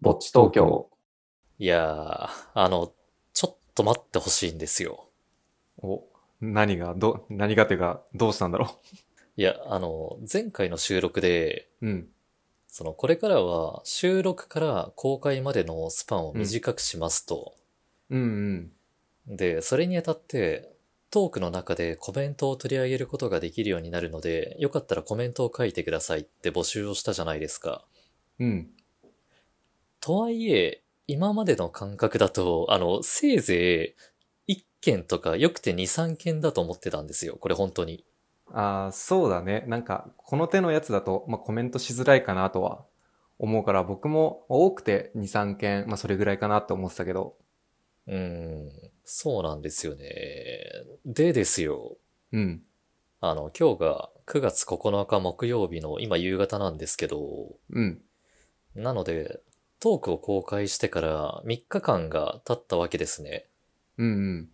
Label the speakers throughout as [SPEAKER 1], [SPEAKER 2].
[SPEAKER 1] ぼっち東京。
[SPEAKER 2] いやー、あの、ちょっと待ってほしいんですよ。
[SPEAKER 3] お、何が、ど、何がてか、どうしたんだろ
[SPEAKER 2] いや、あの、前回の収録で、
[SPEAKER 3] う。うん。
[SPEAKER 2] その、これからは収録から公開までのスパンを短くしますと。
[SPEAKER 3] うんうん。
[SPEAKER 2] で、それにあたって、トークの中でコメントを取り上げることができるようになるので、よかったらコメントを書いてくださいって募集をしたじゃないですか。
[SPEAKER 3] うん。
[SPEAKER 2] とはいえ、今までの感覚だと、あの、せいぜい1件とか、よくて2、3件だと思ってたんですよ。これ本当に。
[SPEAKER 3] ああ、そうだね。なんか、この手のやつだと、まあ、コメントしづらいかなとは思うから、僕も多くて2、3件、まあ、それぐらいかなって思ってたけど。
[SPEAKER 2] うーん、そうなんですよね。でですよ、
[SPEAKER 3] うん。
[SPEAKER 2] あの、今日が9月9日木曜日の今夕方なんですけど、
[SPEAKER 3] うん。
[SPEAKER 2] なので、トークを公開してから3日間が経ったわけですね。
[SPEAKER 3] うん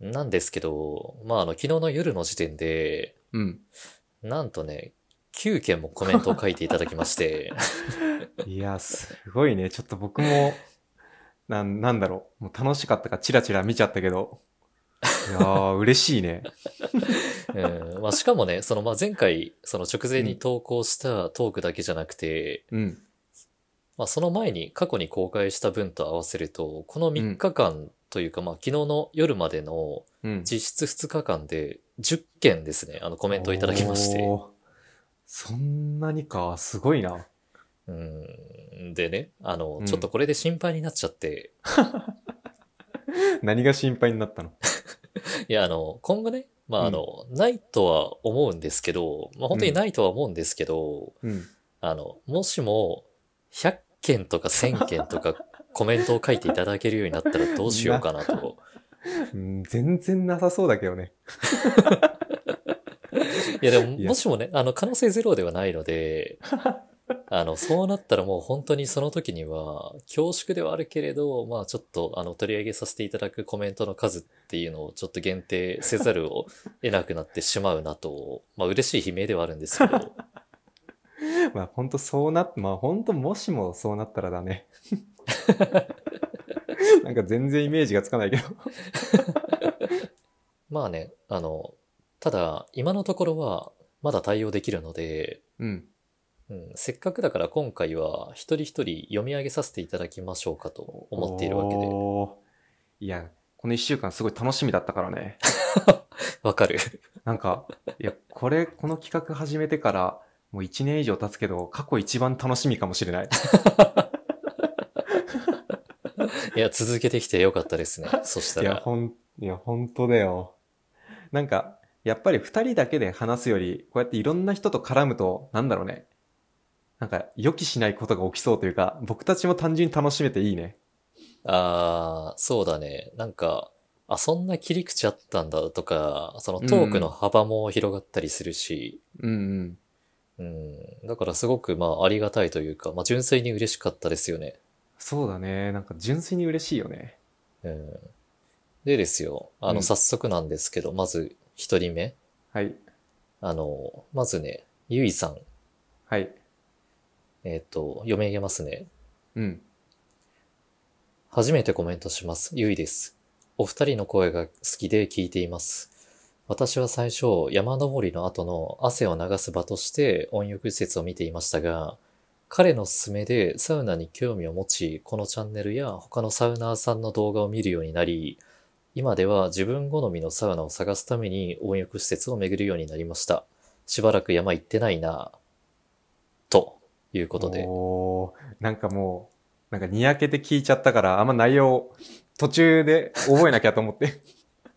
[SPEAKER 3] うん。
[SPEAKER 2] なんですけど、まあ、あの、昨日の夜の時点で、
[SPEAKER 3] うん。
[SPEAKER 2] なんとね、9件もコメントを書いていただきまして、
[SPEAKER 3] いや、すごいね。ちょっと僕も、 なん、なんだろう。もう楽しかったから、チラチラ見ちゃったけど。いやー、嬉しいね。
[SPEAKER 2] うんまあ、しかもね、その、まあ、前回、その直前に投稿したトークだけじゃなくて、
[SPEAKER 3] うん。
[SPEAKER 2] まあ、その前に過去に公開した分と合わせると、この3日間というか、まあ、昨日の夜までの
[SPEAKER 3] うん。
[SPEAKER 2] 実質2日間で10件ですね、あのコ
[SPEAKER 3] コ
[SPEAKER 2] メントをいただきまして。。
[SPEAKER 3] そんなにか、すごいな。
[SPEAKER 2] うんでね、あの
[SPEAKER 3] う、ん
[SPEAKER 2] ちょっとこれで心配になっちゃって、
[SPEAKER 3] 何が心配になったの
[SPEAKER 2] いや、あの、今後ね、まあ、あの、ないとは思うんですけど、まあ、本当にないとは思うんですけど、
[SPEAKER 3] うん。
[SPEAKER 2] あの、もしも100件とか1000件とかコメントを書いていただけるようになったらどうしようかなと。
[SPEAKER 3] うん全然なさそうだけどね。
[SPEAKER 2] いやでも、
[SPEAKER 3] いや
[SPEAKER 2] もしもね、あの、可能性ゼロではない ので、あの、そうなったらもう本当にその時には、恐縮ではあるけれど、まあちょっと、あの、取り上げさせていただくコメントの数っていうのをちょっと限定せざるを得なくなってしまうなと、まあ嬉しい悲鳴ではあるんです けど、
[SPEAKER 3] まあ本当そうなっ、まあ本当もしもそうなったらだ ね。なんか全然イメージがつかないけど。
[SPEAKER 2] まあね、あの、ただ、今のところは、まだ対応できるので、
[SPEAKER 3] うん。
[SPEAKER 2] うん、せっかくだから今回は一人一人読み上げさせていただきましょうかと思っているわけで。
[SPEAKER 3] おーいや、この一週間すごい楽しみだったからね。
[SPEAKER 2] わかる。
[SPEAKER 3] なんか、いや、これ、この企画始めてから、もう一年以上経つけど、過去一番楽しみかもしれない。
[SPEAKER 2] いや、続けてきてよかったです ね。そした
[SPEAKER 3] いや、
[SPEAKER 2] ら。
[SPEAKER 3] ほん、いや、本当だよ。なんか、やっぱり二人だけで話すより、こうやっていろんな人と絡むと、なんだろうね。なんか、予期しないことが起きそうというか、僕たちも単純に楽しめていいね。
[SPEAKER 2] ああ、そうだね。なんか、あ、そんな切り口あったんだとか、そのトークの幅も広がったりするし、
[SPEAKER 3] うんうん。
[SPEAKER 2] うん。だからすごく、まあ、ありがたいというか、まあ、純粋に嬉しかったですよね。
[SPEAKER 3] そうだね。なんか、純粋に嬉しいよね。
[SPEAKER 2] うん。でですよ。あ
[SPEAKER 3] う
[SPEAKER 2] の、
[SPEAKER 3] ん
[SPEAKER 2] 早速なんですけど、まず、一人目。
[SPEAKER 3] はい。
[SPEAKER 2] あの、まずね、ゆいさん。
[SPEAKER 3] はい。
[SPEAKER 2] えっ、と、読み上げますね。
[SPEAKER 3] うん。
[SPEAKER 2] 初めてコメントします。ゆいです。お二人の声が好きで聞いています。私は最初、山登りの後の汗を流す場として温浴施設を見ていましたが、彼の勧めでサウナに興味を持ち、このチャンネルや他のサウナーさんの動画を見るようになり、今では自分好みのサウナを探すために温浴施設を巡るようになりました。しばらく山行ってないなぁということで。
[SPEAKER 3] おーなんかもう、なんか、にやけて聞いちゃったから、あんま内容、途中で覚えなきゃと思って。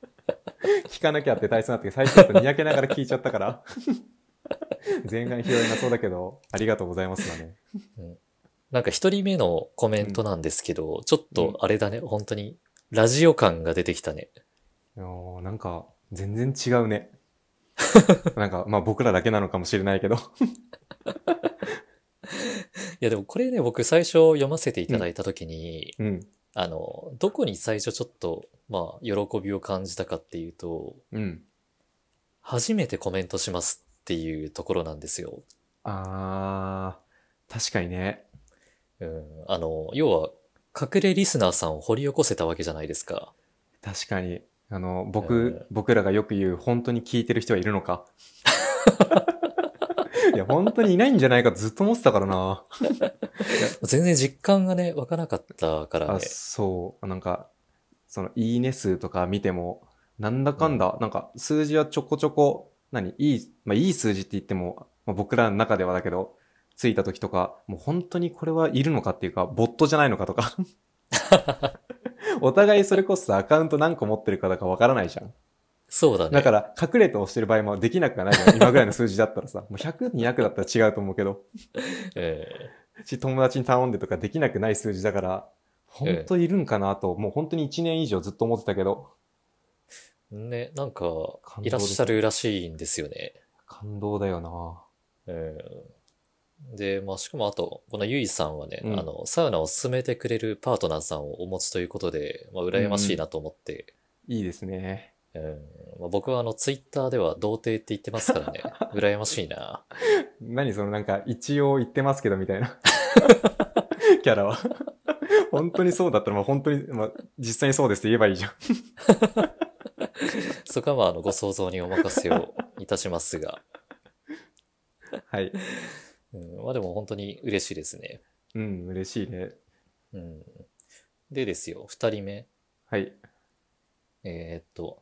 [SPEAKER 3] 聞かなきゃって体操になって、最初だとにやけながら聞いちゃったから。 前半拾えなそうだけど、ありがとうございますだね。
[SPEAKER 2] なんか一人目のコメントなんですけど、ちょっとあれだね、本当にラジオ感が出てきたね。
[SPEAKER 3] おーなんか、全然違うね。 なんか、まあ僕らだけなのかもしれないけど。
[SPEAKER 2] いやでもこれね、僕最初読ませていただいた時に、
[SPEAKER 3] うん、
[SPEAKER 2] あの、どこに最初ちょっと、まあ、喜びを感じたかっていうと、
[SPEAKER 3] うん。
[SPEAKER 2] 初めてコメントしますっていうところなんですよ。
[SPEAKER 3] あー、確かにね。
[SPEAKER 2] うん、あの、要は、隠れリスナーさんを掘り起こせたわけじゃないですか。
[SPEAKER 3] 確かに。あの、
[SPEAKER 2] うん
[SPEAKER 3] 僕、僕らがよく言う、本当に聞いてる人はいるのか。 いや、本当にいないんじゃないかずっと思ってたからな。
[SPEAKER 2] 全然実感がね、湧かなかったから
[SPEAKER 3] あ、
[SPEAKER 2] ね。
[SPEAKER 3] そう。なんか、その、いいね数とか見ても、なんだかんだ、なんか、数字はちょこちょこ、何いい、まあ、いい数字って言っても、まあ、僕らの中ではだけど、ついた時とか、もう本当にこれはいるのかっていうか、ボットじゃないのかとか。 お互いそれこそさアカウント何個持ってるかとかわからないじゃん。
[SPEAKER 2] そうだね。
[SPEAKER 3] だから、隠れて押してる場合もできなくはないじゃん。今ぐらいの数字だったらさ、もう100、200だったら違うと思うけど、
[SPEAKER 2] え
[SPEAKER 3] し、友達に頼んでとかできなくない数字だから、本当いるんかなと、もう本当に1年以上ずっと思ってたけど、
[SPEAKER 2] えね、なんか、
[SPEAKER 3] 感動ですね
[SPEAKER 2] いらっしゃるらしいんですよね。
[SPEAKER 3] 感動だよな
[SPEAKER 2] うん。で、まあ、しかもあと、このゆいさんはね、
[SPEAKER 3] うん
[SPEAKER 2] あの、サウナを進めてくれるパートナーさんをお持ちということで、まあ、羨ましいなと思って、
[SPEAKER 3] いいですね。
[SPEAKER 2] うん。まあ、僕はあの、ツイッターでは童貞って言ってま すからね、羨ましいな。
[SPEAKER 3] 何そのなんか、一応言ってますけどみたいな。 キャラは。本当にそうだったら、まあ本当に、まあ実際にそうですって言えばいいじゃん。
[SPEAKER 2] そこはまあ、あの、ご想像にお任せをいたしますが、
[SPEAKER 3] はい。
[SPEAKER 2] うん。まあ、でも本当に嬉しいですね。
[SPEAKER 3] うん、嬉しいね。
[SPEAKER 2] うん。でですよ、二人目。
[SPEAKER 3] はい。
[SPEAKER 2] えーっと、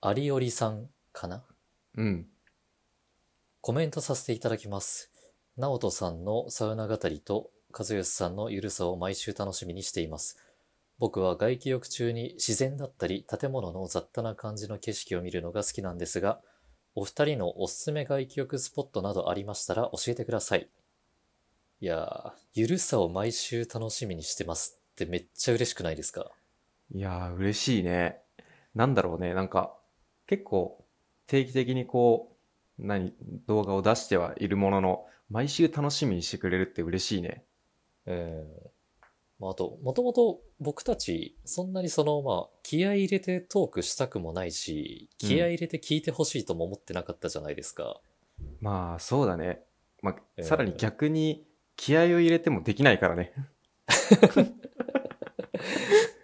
[SPEAKER 2] ありおりさんかな
[SPEAKER 3] うん。
[SPEAKER 2] コメントさせていただきます。直人さんのサウナ語りと和義さんのゆるさを毎週楽しみにしています。僕は外気浴中に自然だったり建物の雑多な感じの景色を見るのが好きなんですが、お二人のおすすめ外気浴スポットなどありましたら教えてください。いやー、ゆるさを毎週楽しみにしてますってめっちゃ嬉しくないですか
[SPEAKER 3] いやー、嬉しいね。なんだろうね、なんか、結構、定期的にこう、何、動画を出してはいるものの、毎週楽しみにしてくれるって嬉しいね。
[SPEAKER 2] うん。まあ、あと、もともと僕たち、そんなにその、まあ、気合い入れてトークしたくもないし、
[SPEAKER 3] うん
[SPEAKER 2] 気合い入れて聞いてほしいとも思ってなかったじゃないですか。
[SPEAKER 3] まあ、そうだね。ま
[SPEAKER 2] え
[SPEAKER 3] あ、
[SPEAKER 2] ー
[SPEAKER 3] さらに逆に、気合を入れてもできないからね。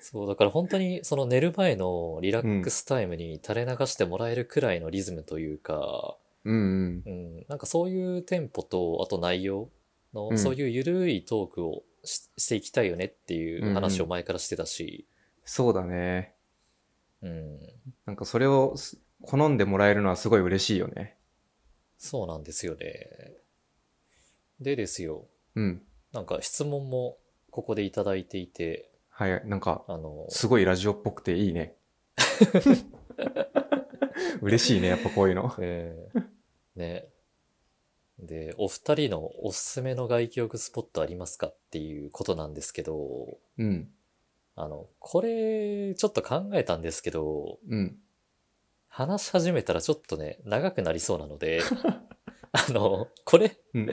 [SPEAKER 2] そう、だから本当にその寝る前のリラックスタイムに垂れ流してもらえるくらいのリズムというか、
[SPEAKER 3] うんうん。
[SPEAKER 2] うん、なんかそういうテンポと、あと内容の、
[SPEAKER 3] うん
[SPEAKER 2] そういうゆるいトークをししていきたいよねっていう話を前からしてたし、
[SPEAKER 3] そうだね。
[SPEAKER 2] うん、
[SPEAKER 3] なんかそれをす好んでもらえるのはすごい嬉しいよね。
[SPEAKER 2] そうなんですよね。でですよ。
[SPEAKER 3] うん。
[SPEAKER 2] なんか質問もここでいただいていて、
[SPEAKER 3] はい、なんか、
[SPEAKER 2] あの、
[SPEAKER 3] すごいラジオっぽくていい ね。嬉しいね、やっぱこういうの。
[SPEAKER 2] え ーね。で、お二人のおすすめの外気浴スポットありますかっていうことなんですけど、
[SPEAKER 3] うん。
[SPEAKER 2] あの、これ、ちょっと考えたんですけど、
[SPEAKER 3] うん。
[SPEAKER 2] 話し始めたらちょっとね、長くなりそうなの で、あの、これ、
[SPEAKER 3] うん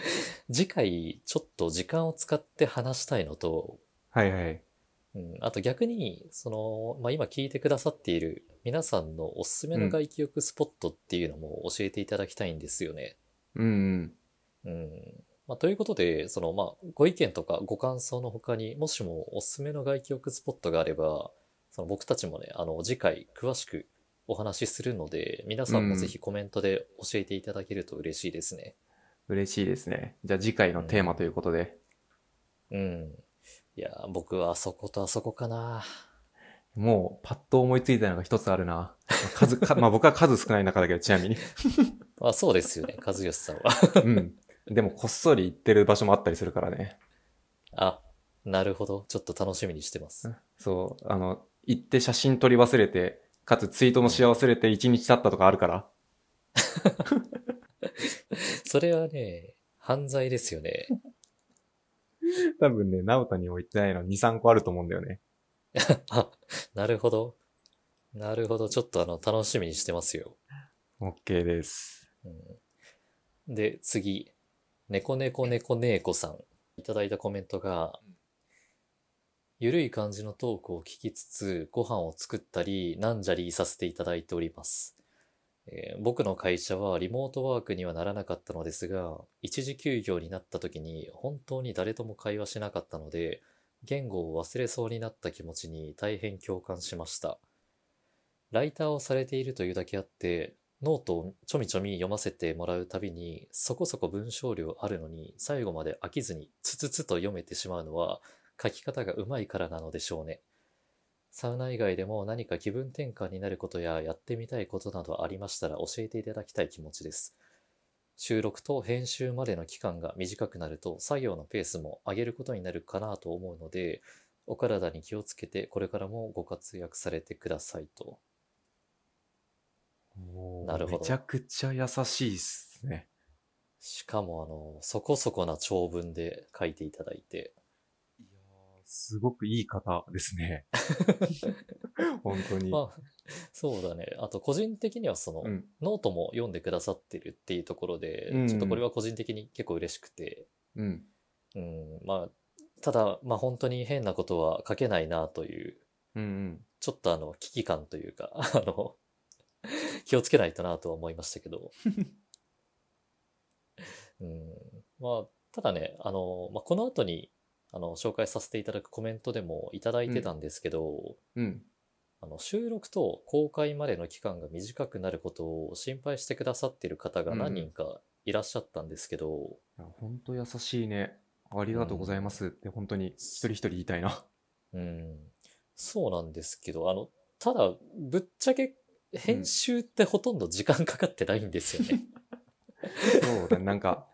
[SPEAKER 2] 次回ちょっと時間を使って話したいのと、
[SPEAKER 3] はいはい。
[SPEAKER 2] うん、あと逆に、その、まあ、今聞いてくださっている皆さんのおすすめの外気浴スポットっていうのも教えていただきたいんですよね。
[SPEAKER 3] うんうん。
[SPEAKER 2] うん。まあ、ということで、その、まあ、ご意見とかご感想の他にもしもおすすめの外気浴スポットがあれば、その僕たちもね、あの、次回詳しくお話しするので、皆さんもぜひコメントで教えていただけると嬉しいですね。
[SPEAKER 3] 嬉しいですね。じゃあ次回のテーマということで。
[SPEAKER 2] うん。いや、僕はあそことあそこかな。
[SPEAKER 3] もう、パッと思いついたのが一つあるな。数、かまあ僕は数少ない中だけど、ちなみに。
[SPEAKER 2] あ、そうですよね、和義さんは。
[SPEAKER 3] うん。でも、こっそり行ってる場所もあったりするからね。
[SPEAKER 2] あ、なるほど。ちょっと楽しみにしてます。
[SPEAKER 3] そう、あの、行って写真撮り忘れて、かつツイートもし忘れて一日経ったとかあるから。
[SPEAKER 2] それはね、犯罪ですよね。
[SPEAKER 3] 多分ね、ナオタにも行ってないの2、3個あると思うんだよね。
[SPEAKER 2] あ、なるほど。なるほど。ちょっとあの、楽しみにしてますよ。
[SPEAKER 3] OK です。
[SPEAKER 2] うん、で、次。猫猫猫猫さん。いただいたコメントが、ゆるい感じのトークを聞きつつ、ご飯を作ったり、なんじゃりさせていただいております。えー僕の会社はリモートワークにはならなかったのですが、一時休業になった時に本当に誰とも会話しなかったので、言語を忘れそうになった気持ちに大変共感しました。ライターをされているというだけあって、ノートをちょみちょみ読ませてもらうたびに、そこそこ文章量あるのに、最後まで飽きずにつつつと読めてしまうのは、書き方が上手いからなのでしょうね。サウナ以外でも何か気分転換になることややってみたいことなどありましたら教えていただきたい気持ちです。収録と編集までの期間が短くなると作業のペースも上げることになるかなと思うので、お体に気をつけてこれからもご活躍されてくださいと。
[SPEAKER 3] もう
[SPEAKER 2] なるほど
[SPEAKER 3] めちゃくちゃ優しいですね。
[SPEAKER 2] しかもあの、そこそこな長文で書いていただいて、
[SPEAKER 3] いやすごくいい方です ね。 本当に。
[SPEAKER 2] まあ、そうだね。あと個人的にはその、
[SPEAKER 3] うん。
[SPEAKER 2] ノートも読んでくださってるっていうところで、
[SPEAKER 3] うん
[SPEAKER 2] ちょっとこれは個人的に結構嬉しくて、
[SPEAKER 3] うん。
[SPEAKER 2] うん、まあ、ただ、まあ本当に変なことは書けないなという、
[SPEAKER 3] うんうん。
[SPEAKER 2] ちょっとあの、危機感というか、 あの、気をつけないとなとは思いましたけど。うん、まあ、ただね、あの、まあ、この後に、あの、紹介させていただくコメントでもいただいてたんですけど、
[SPEAKER 3] うん。
[SPEAKER 2] あの収録と公開までの期間が短くなることを心配してくださっている方が何人かいらっしゃったんですけど、
[SPEAKER 3] いや本当優しいね。ありがとうございますって、本当に一人一人言いた いな。
[SPEAKER 2] うん、そうなんですけど、あの、ただ、ぶっちゃけ、編集ってほとんど時間かかってないんですよね。
[SPEAKER 3] そうだ、なんか、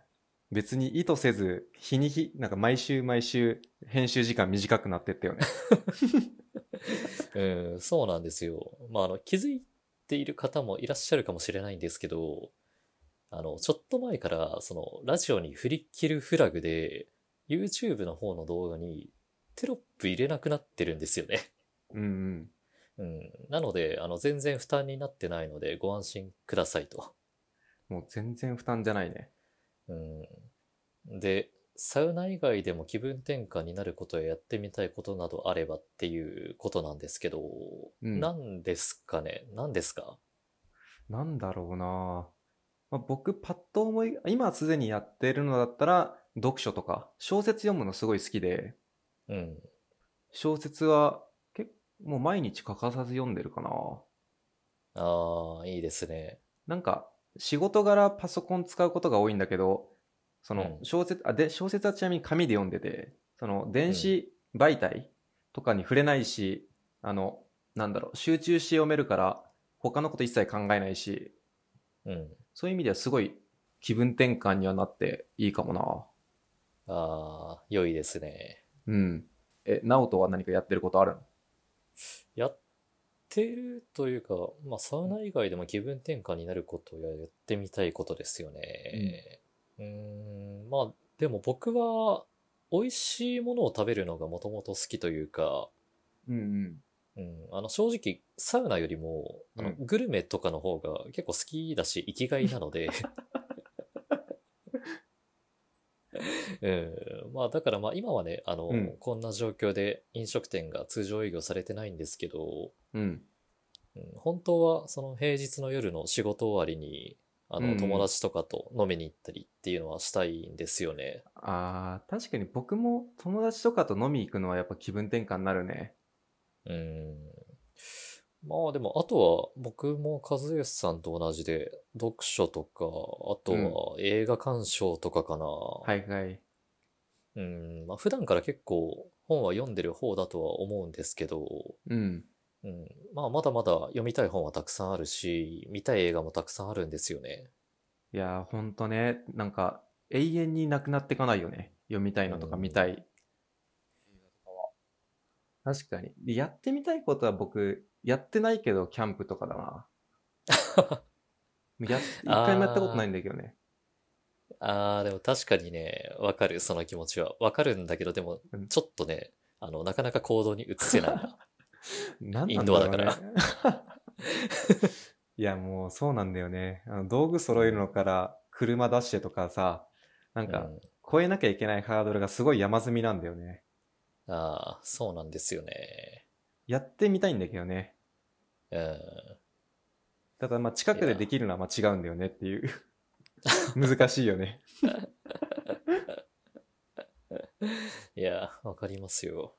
[SPEAKER 3] 別に意図せず、日に日、なんか毎週毎週、編集時間短くなってったよね。
[SPEAKER 2] うん、そうなんですよ。まあ、あの、気づいている方もいらっしゃるかもしれないんですけど、あの、ちょっと前から、その、ラジオに振り切るフラグで、YouTube の方の動画にテロップ入れなくなってるんですよね。
[SPEAKER 3] うんうん。
[SPEAKER 2] うん。なので、あの、全然負担になってないので、ご安心くださいと。
[SPEAKER 3] もう全然負担じゃないね。
[SPEAKER 2] うん。で、サウナ以外でも気分転換になることややってみたいことなどあればっていうことなんですけど、
[SPEAKER 3] うん
[SPEAKER 2] 何ですかね何ですか
[SPEAKER 3] なんだろうなまあ、僕、パッと思い、今すでにやってるのだったら、読書とか、小説読むのすごい好きで、
[SPEAKER 2] うん。
[SPEAKER 3] 小説は、結構、もう毎日欠かさず読んでるかな
[SPEAKER 2] ああ、いいですね。
[SPEAKER 3] なんか、仕事柄パソコン使うことが多いんだけど、その
[SPEAKER 2] うん
[SPEAKER 3] 小説、あ、で、小説はちなみに紙で読んでて、その電子媒体とかに触れないし、あの、なんだろう、集中して読めるから、他のこと一切考えないし、
[SPEAKER 2] うん。
[SPEAKER 3] そういう意味ではすごい気分転換にはなっていいかもな。
[SPEAKER 2] ああ、良いですね。
[SPEAKER 3] うん。え、ナオトは何かやってることあるの
[SPEAKER 2] やってるというか、まあ、サウナ以外でも気分転換になることややってみたいことですよね。うーん、んまあ、でも僕は、美味しいものを食べるのがもともと好きというか、
[SPEAKER 3] うんうん。
[SPEAKER 2] うん、あの、正直、サウナよりも、あの
[SPEAKER 3] う
[SPEAKER 2] グルメとかの方が結構好きだし、生きがいなので。 うん、まあ、だからまあ、今はね、あの、
[SPEAKER 3] うん
[SPEAKER 2] こんな状況で飲食店が通常営業されてないんですけど、
[SPEAKER 3] うん。
[SPEAKER 2] うん本当はその平日の夜の仕事終わりにあ
[SPEAKER 3] うんう
[SPEAKER 2] の
[SPEAKER 3] ん
[SPEAKER 2] 友達とかと飲みに行ったりっていうのはしたいんですよね。
[SPEAKER 3] あー、確かに僕も友達とかと飲み行くのはやっぱ気分転換になるね。
[SPEAKER 2] うん。まあでもあとは僕も和義さんと同じで読書とかあとは映画鑑賞とかかな。
[SPEAKER 3] はいはい。
[SPEAKER 2] うん。まあ普段から結構本は読んでる方だとは思うんですけど、
[SPEAKER 3] うん。
[SPEAKER 2] うん。まあまだまだ読みたい本はたくさんあるし、見たい映画もたくさんあるんですよね。
[SPEAKER 3] いやー、ほんとね、なんか、永遠になくなっていかないよね。読みたいのとか
[SPEAKER 2] うん
[SPEAKER 3] 見たい。確かに。で、やってみたいことは僕、やってないけど、キャンプとかだ な。やっ一回もやったことないんだけどね。
[SPEAKER 2] ああ、でも確かにね、わかる、その気持ちは。わかるんだけど、でも
[SPEAKER 3] うん、
[SPEAKER 2] ちょっとね、あの、なかなか行動に移せないな。
[SPEAKER 3] なん
[SPEAKER 2] イ
[SPEAKER 3] なんだ
[SPEAKER 2] ンド
[SPEAKER 3] ろ
[SPEAKER 2] ア
[SPEAKER 3] う
[SPEAKER 2] だか
[SPEAKER 3] ね
[SPEAKER 2] ら。
[SPEAKER 3] いや、もうそうなんだよね。あの道具揃えるのから、車出してとかさ、 なん
[SPEAKER 2] う
[SPEAKER 3] か、
[SPEAKER 2] ん
[SPEAKER 3] 超えなきゃいけないハードルがすごい山積みなんだよね。
[SPEAKER 2] ああ、そうなんですよね。
[SPEAKER 3] やってみたいんだけどね。
[SPEAKER 2] うん。
[SPEAKER 3] ただまあ近くでできるのはまあ違うんだよねっていう。 難しいよね。
[SPEAKER 2] いや、わかりますよ。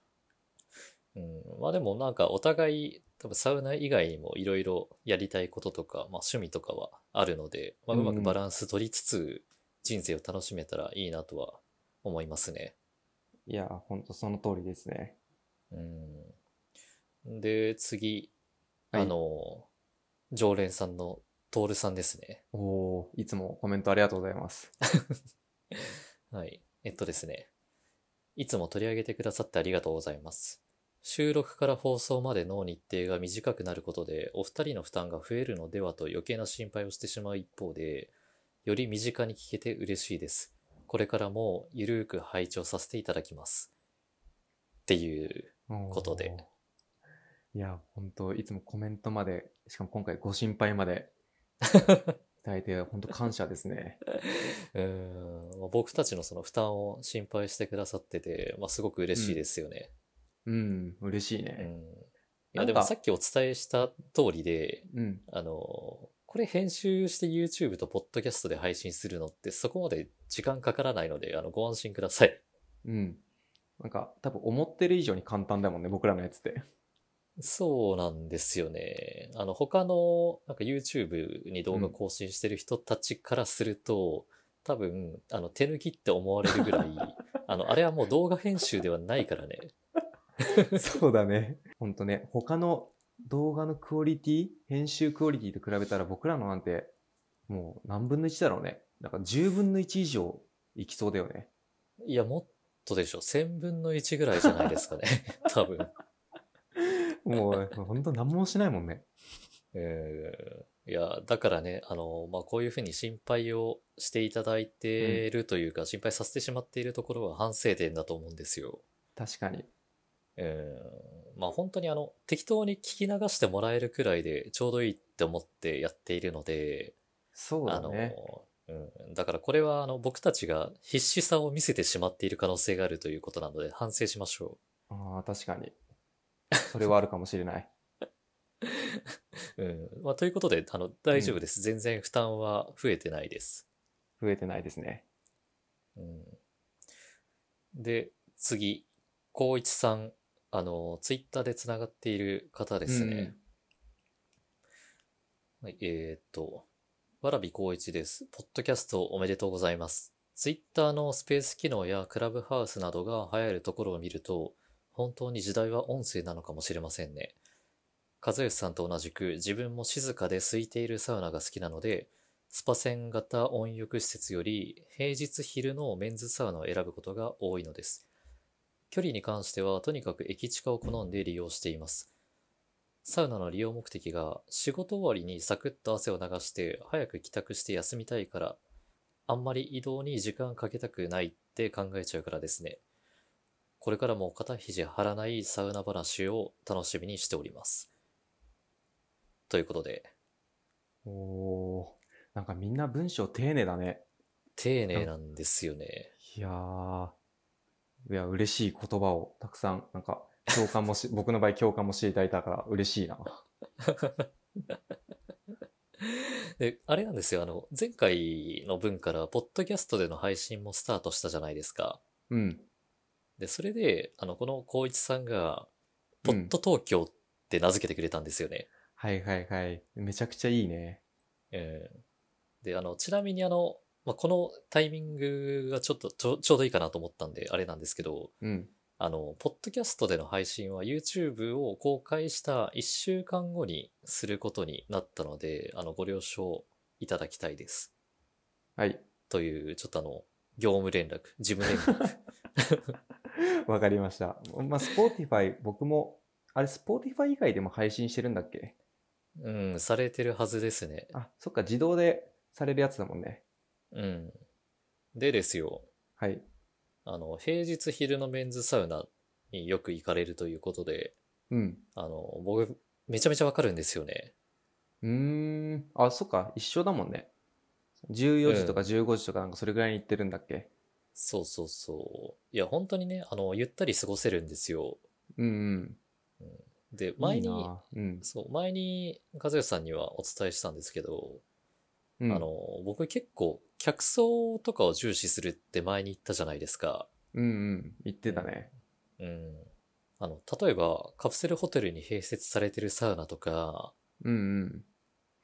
[SPEAKER 2] うん、まあでもなんかお互い多分サウナ以外にもいろいろやりたいこととか、まあ、趣味とかはあるので、まあ、
[SPEAKER 3] う
[SPEAKER 2] うん
[SPEAKER 3] うん
[SPEAKER 2] まくバランス取りつつ人生を楽しめたらいいなとは思いますね。
[SPEAKER 3] いや、ほんとその通りですね。
[SPEAKER 2] うん、で次、
[SPEAKER 3] はい
[SPEAKER 2] あの常連さんのトールさんですね。
[SPEAKER 3] おおーいつもコメントありがとうございます。
[SPEAKER 2] はい。えっとですね。いつも取り上げてくださってありがとうございます。収録から放送までの日程が短くなることで、お二人の負担が増えるのではと余計な心配をしてしまう一方で、より身近に聞けて嬉しいです。これからもゆるーく拝聴させていただきます。っていう、ことで
[SPEAKER 3] おー。いや、ほんといつもコメントまで、しかも今回ご心配ま で、大抵はほんと感謝ですね。
[SPEAKER 2] うーん、まあ僕たちのその負担を心配してくださってて、まあ、すごく嬉しいですよね。
[SPEAKER 3] うん、嬉しいうね。
[SPEAKER 2] ん。
[SPEAKER 3] なん
[SPEAKER 2] い
[SPEAKER 3] か
[SPEAKER 2] や、でもさっきお伝えした通りで、
[SPEAKER 3] うん。
[SPEAKER 2] あの、これ編集して YouTube と Podcast で配信するのってそこまで時間かからないので、あの、ご安心ください。
[SPEAKER 3] うん。なんか、多分思ってる以上に簡単だもんね、僕らのやつって。
[SPEAKER 2] そうなんですよね。あの、他の、なんか YouTube に動画更新してる人たちからすると、多分、あの、手抜きって思われるぐらい、あの、あれはもう動画編集ではないからね。
[SPEAKER 3] そうだね。ほんとね、他の動画のクオリティ、編集クオリティと比べたら僕らのなんて、もう何分の1だろうね。なんか10分の1以上いきそうだよね。
[SPEAKER 2] いや、もっとでしょ。1000分の1ぐらいじゃないですかね。多分。
[SPEAKER 3] もう、ほんと何もしないもんね。
[SPEAKER 2] えーいや、だからね、あの、まあ、こういうふうに心配をしていただいてるというか、心配させてしまっているところは反省点だと思うんですよ。
[SPEAKER 3] 確かに。
[SPEAKER 2] えーまあ、本当にあの、適当に聞き流してもらえるくらいでちょうどいいって思ってやっているので、
[SPEAKER 3] そう
[SPEAKER 2] あ
[SPEAKER 3] だ
[SPEAKER 2] の
[SPEAKER 3] ね。、
[SPEAKER 2] うん、だからこれはあの、僕たちが必死さを見せてしまっている可能性があるということなので、反省しましょ
[SPEAKER 3] ああ、確かに。それはあるかもしれない。
[SPEAKER 2] う。うん、まあ、ということで、あの、大丈夫です。全然負担は増えてないです。
[SPEAKER 3] 増えてないですね。
[SPEAKER 2] うんで、次、光一さん、あの、ツイッターでつながっている方ですね。はい、えーっと、わらび光一です。ポッドキャストおめでとうございます。ツイッターのスペース機能やクラブハウスなどが流行るところを見ると、本当に時代は音声なのかもしれませんね。和義さんと同じく自分も静かで空いているサウナが好きなので、スパ線型温浴施設より平日昼のメンズサウナを選ぶことが多いのです。距離に関してはとにかく駅近を好んで利用しています。サウナの利用目的が仕事終わりにサクッと汗を流して早く帰宅して休みたいからあんまり移動に時間かけたくないって考えちゃうからですね。これからも肩肘張らないサウナ話を楽しみにしております。ということで、
[SPEAKER 3] おおー、なんかみんな文章丁寧だね。
[SPEAKER 2] 丁寧なんですよね。
[SPEAKER 3] いやー、いや、嬉しい言葉をたくさん、なんか、共感もし、 僕の場合共感もしていただいたから嬉しいな。
[SPEAKER 2] で、あれなんですよ、あの、前回の分から、ポッドキャストでの配信もスタートしたじゃないですか。
[SPEAKER 3] うん。
[SPEAKER 2] で、それで、あの、この光一さんが、
[SPEAKER 3] う
[SPEAKER 2] ポ
[SPEAKER 3] ん
[SPEAKER 2] ッド東京って名付けてくれたんですよね。
[SPEAKER 3] はいはいはい。めちゃくちゃいいね。
[SPEAKER 2] うんで、あの、ちなみにあの、まあ、このタイミングがちょっとちょちょうどいいかなと思ったんで、あれなんですけど、
[SPEAKER 3] うん。
[SPEAKER 2] あの、ポッドキャストでの配信は YouTube を公開した1週間後にすることになったので、あの、ご了承いただきたいです。
[SPEAKER 3] はい。
[SPEAKER 2] という、ちょっとあの、業務連絡、事務連絡。
[SPEAKER 3] わかりました。まあ、スポーティファイ、 僕も、あれ、スポーティファイ以外でも配信してるんだっけ
[SPEAKER 2] うん、されてるはずですね。
[SPEAKER 3] あ、そっか、自動でされるやつだもんね。
[SPEAKER 2] うん。でですよ、
[SPEAKER 3] はい。
[SPEAKER 2] あの、平日昼のメンズサウナによく行かれるということで、
[SPEAKER 3] うん。
[SPEAKER 2] あの、僕、めちゃめちゃわかるんですよね。
[SPEAKER 3] うーん。あ、そっか、一緒だもんね。14時とか15時とかなんかそれぐらいに行ってるんだっけ、
[SPEAKER 2] そうそうそう。いや、本当にね、あの、ゆったり過ごせるんですよ。
[SPEAKER 3] うん、うん。
[SPEAKER 2] で、前に、
[SPEAKER 3] いいなうん。
[SPEAKER 2] そう、前に、和義さんにはお伝えしたんですけど、
[SPEAKER 3] うん
[SPEAKER 2] あ、の、僕結構、客層とかを重視するって前に言ったじゃないですか。
[SPEAKER 3] うんうん。言ってたね。
[SPEAKER 2] うん。あの、例えば、カプセルホテルに併設されてるサウナとか、
[SPEAKER 3] うんうん。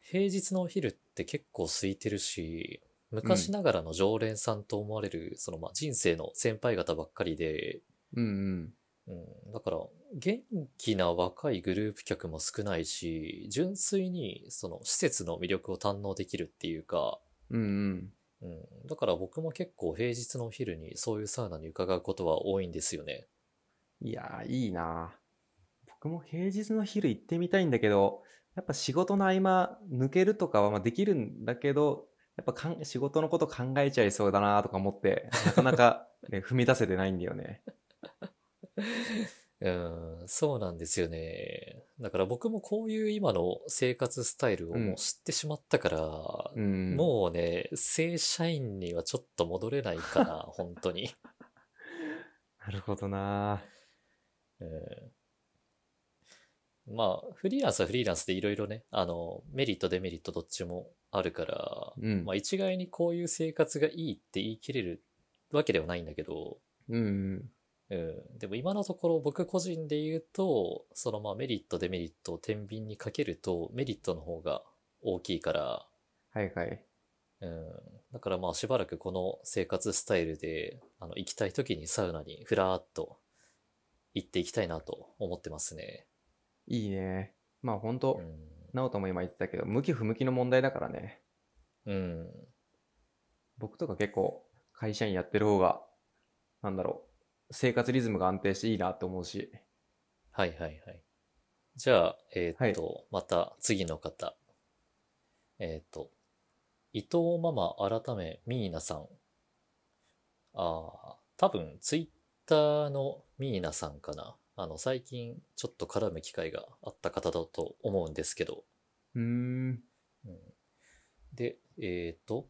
[SPEAKER 2] 平日のお昼って結構空いてるし、昔ながらの常連さんと思われる、その、まあ、人生の先輩方ばっかりで、
[SPEAKER 3] うんうん。
[SPEAKER 2] うん、だから、元気な若いグループ客も少ないし、純粋に、その、施設の魅力を堪能できるっていうか、
[SPEAKER 3] うんうん。
[SPEAKER 2] うん、だから僕も結構平日のお昼にそういうサウナに伺うことは多いんですよね。
[SPEAKER 3] いやー、いいなー僕も平日の昼行ってみたいんだけど、やっぱ仕事の合間抜けるとかはまあできるんだけど、やっぱかん仕事のこと考えちゃいそうだなーとか思って、なかな か、ね、踏み出せてないんだよね。
[SPEAKER 2] うん、そうなんですよね。だから僕もこういう今の生活スタイルをもう知ってしまったから、
[SPEAKER 3] うん。
[SPEAKER 2] もうね、正社員にはちょっと戻れないか な、本当に。
[SPEAKER 3] なるほどな
[SPEAKER 2] うん、まあ、フリーランスはフリーランスでいろいろね、あの、メリット、デメリットどっちもあるから、
[SPEAKER 3] ーうん。
[SPEAKER 2] まあ一概にこういう生活がいいって言い切れるわけではないんだけど、
[SPEAKER 3] うんうん。
[SPEAKER 2] うん、でも今のところ僕個人で言うと、そのまあメリット、デメリットを天秤にかけるとメリットの方が大きいから、
[SPEAKER 3] はいはい。
[SPEAKER 2] うん、だからまあしばらくこの生活スタイルで、あの行きたい時にサウナにふらーっと行っていきたいなと思ってますね。
[SPEAKER 3] いいねまあ本当
[SPEAKER 2] うん。
[SPEAKER 3] なおとも今言ってたけど、向き不向きの問題だからね。
[SPEAKER 2] うん。
[SPEAKER 3] 僕とか結構会社員やってる方が、なんだろう、生活リズムが安定していいなって思うし。
[SPEAKER 2] はいはいはい。じゃあ、えーっと、また次の方。えーっと、伊藤ママ改めミーナさん。ああ、多分ツイッターのミーナさんかな。あの、最近ちょっと絡む機会があった方だと思うんですけど。
[SPEAKER 3] うーん。
[SPEAKER 2] で、えっ、と、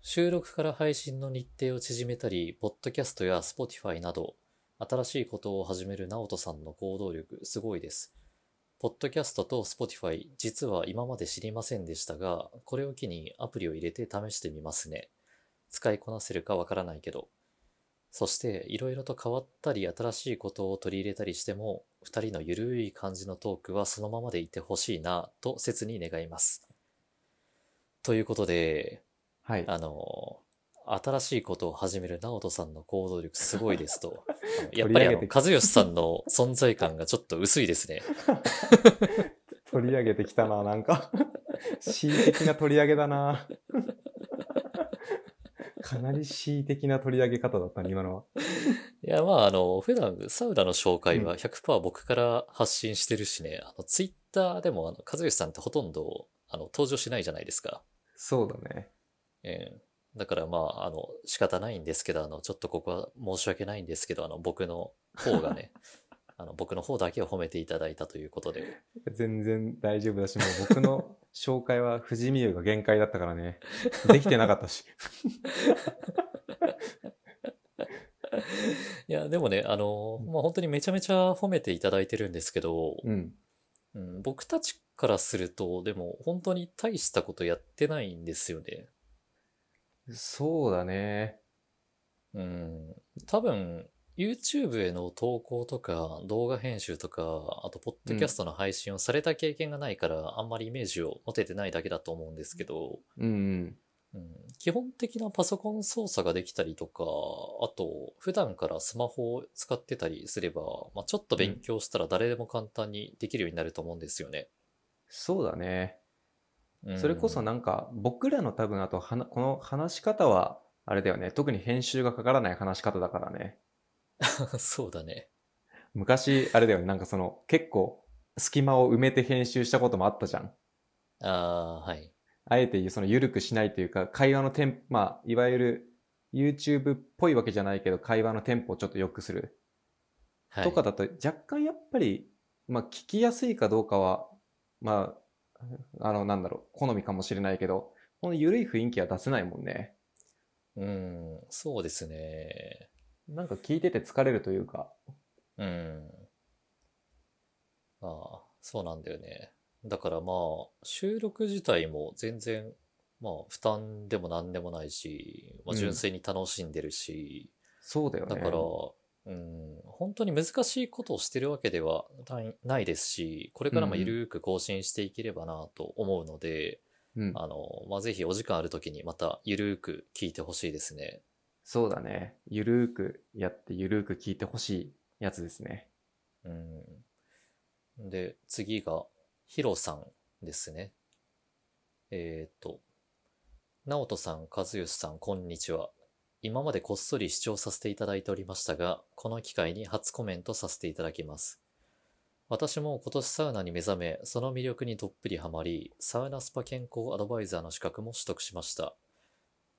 [SPEAKER 2] 収録から配信の日程を縮めたり、ポッドキャストや Spotify など、新しいことを始める直人さんの行動力、すごいです。ポッドキャストと Spotify、実は今まで知りませんでしたが、これを機にアプリを入れて試してみますね。使いこなせるかわからないけど。そして、いろいろと変わったり、新しいことを取り入れたりしても、二人のゆるい感じのトークはそのままでいてほしいな、と切に願います。ということで、
[SPEAKER 3] はい。
[SPEAKER 2] あの、新しいことを始める直人さんの行動力すごいで すと。あのやっぱりあ
[SPEAKER 3] 取
[SPEAKER 2] の、
[SPEAKER 3] り上げて
[SPEAKER 2] 和義さんの存在感がちょっと薄いですね。
[SPEAKER 3] 取り上げてきたな、なんか。 恣意的な取り上げだな。 かなり恣意的な取り上げ方だったね、今のは。
[SPEAKER 2] いや、まあ、あの、普段サウナの紹介は100%僕から発信してるしね、あの、ツイッターでもあの、和義さんってほとんど、あの、登場しないじゃないですか。
[SPEAKER 3] そうだね。
[SPEAKER 2] ええだからまあ、あの、仕方ないんですけど、あの、ちょっとここは申し訳ないんですけど、あの、僕の方 がね、あの、僕の方だけを褒めていただいたということで。
[SPEAKER 3] 全然大丈夫だし、もう僕の紹介は藤見優が限界だったからね。できてなかったし。
[SPEAKER 2] いや、でもね、あの、まあ、本当にめちゃめちゃ褒めていただいてるんですけど、
[SPEAKER 3] うん。
[SPEAKER 2] うん、僕たちからすると、でも本当に大したことやってないんですよね。
[SPEAKER 3] そうだね。
[SPEAKER 2] うん、多分、YouTube への投稿とか、動画編集とか、あと、ポッドキャストの配信をされた経験がないから、あんまりイメージを持ててないだけだと思うんですけど、
[SPEAKER 3] うんうん。
[SPEAKER 2] うん、基本的なパソコン操作ができたりとか、あと、普段からスマホを使ってたりすれば、まあ、ちょっと勉強したら誰でも簡単にできるようになると思うんですよね。
[SPEAKER 3] そうだね。
[SPEAKER 2] うん
[SPEAKER 3] それこそなんか、僕らの多分あとはな、この話し方は、あれだよね。特に編集がかからない話し方だからね。
[SPEAKER 2] そうだね。
[SPEAKER 3] 昔、あれだよね。なんかその、結構、隙間を埋めて編集したこともあったじゃん。
[SPEAKER 2] ああー、はい。
[SPEAKER 3] あえて、その、緩くしないというか、会話のテンポ、まあ、いわゆる、YouTube っぽいわけじゃないけど、会話のテンポをちょっと良くする。
[SPEAKER 2] はい、
[SPEAKER 3] とかだと、若干やっぱり、まあ、聞きやすいかどうかは、まあ、あの、なんだろう、好みかもしれないけど、この緩い雰囲気は出せないもんね。
[SPEAKER 2] うん、そうですね。
[SPEAKER 3] なんか聞いてて疲れるというか、
[SPEAKER 2] うん。あそうなんだよね。だからまあ、収録自体も全然、まあ、負担でも何でもないし、まあ、
[SPEAKER 3] うん
[SPEAKER 2] 純粋に楽しんでるし、
[SPEAKER 3] そうだよね。
[SPEAKER 2] だから、うん、本当に難しいことをしてるわけではないないですし、これからも
[SPEAKER 3] うんうん
[SPEAKER 2] ゆるく更新していければなと思うので、
[SPEAKER 3] うん、
[SPEAKER 2] あの、まあ、ぜひお時間ある時にまたゆるく聞いてほしいですね。
[SPEAKER 3] そうだね。ゆるーくやって、ゆるーく聞いてほしいやつですね。
[SPEAKER 2] うん。で、次が、ヒロさんですね。えーっと、直人さん、和義さん、こんにちは。今までこっそり視聴させていただいておりましたが、この機会に初コメントさせていただきます。私も今年サウナに目覚め、その魅力にどっぷりハマり、サウナスパ健康アドバイザーの資格も取得しました。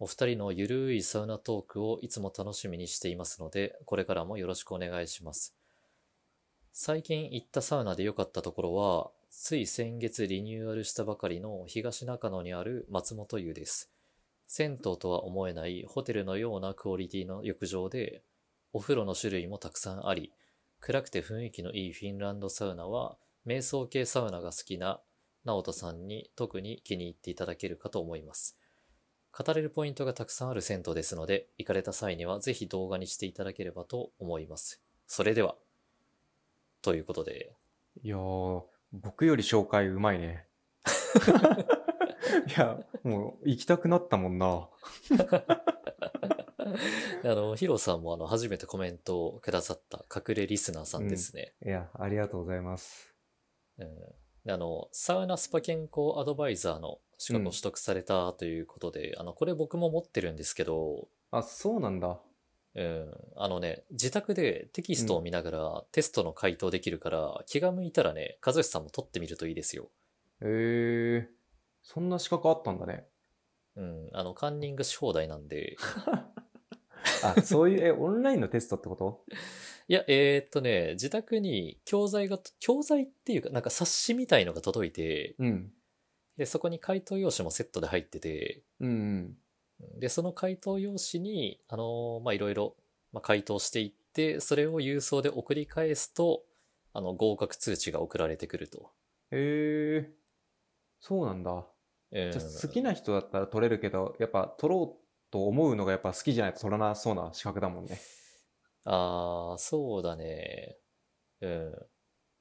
[SPEAKER 2] お二人のゆるいサウナトークをいつも楽しみにしていますので、これからもよろしくお願いします。最近行ったサウナで良かったところは、つい先月リニューアルしたばかりの東中野にある松本湯です。銭湯とは思えないホテルのようなクオリティの浴場で、お風呂の種類もたくさんあり、暗くて雰囲気のいいフィンランドサウナは、瞑想系サウナが好きな直人さんに特に気に入っていただけるかと思います。語れるポイントがたくさんある銭湯ですので、行かれた際にはぜひ動画にしていただければと思います。それでは。ということで、
[SPEAKER 3] いやー、僕より紹介うまい ね。いや、もう行きたくなったもんな。
[SPEAKER 2] あの、ヒロさんもあの、初めてコメントをくださった隠れリスナーさんですね。
[SPEAKER 3] いや、ありがとうございます。
[SPEAKER 2] うんであの、サウナスパ健康アドバイザーの資格を取得されたということで、あの、これ僕も持ってるんですけど、
[SPEAKER 3] あ、そうなんだ。
[SPEAKER 2] うん、あのね、自宅でテキストを見ながらテストの回答できるから、気が向いたらね、和義さんも取ってみるといいですよ。
[SPEAKER 3] えー、そんな資格あったんだね。
[SPEAKER 2] うん、あの、カンニングし放題なんで、
[SPEAKER 3] あ、そういう、え、オンラインのテストってこと
[SPEAKER 2] いや、えーっとね、自宅に教材が、教材っていうか、なんか冊子みたいのが届いて、
[SPEAKER 3] うん。
[SPEAKER 2] で、そこに回答用紙もセットで入ってて、
[SPEAKER 3] うんうん。
[SPEAKER 2] で、その回答用紙に、あのーまあ、いろいろ、まあ、回答していって、それを郵送で送り返すと、あの、合格通知が送られてくると。
[SPEAKER 3] えー、そうなんだ。
[SPEAKER 2] うん
[SPEAKER 3] じゃあ好きな人だったら取れるけど、やっぱ取ろうと思うのがやっぱ好きじゃないと取らなそうな資格だもんね。
[SPEAKER 2] ああ、そうだね。うん。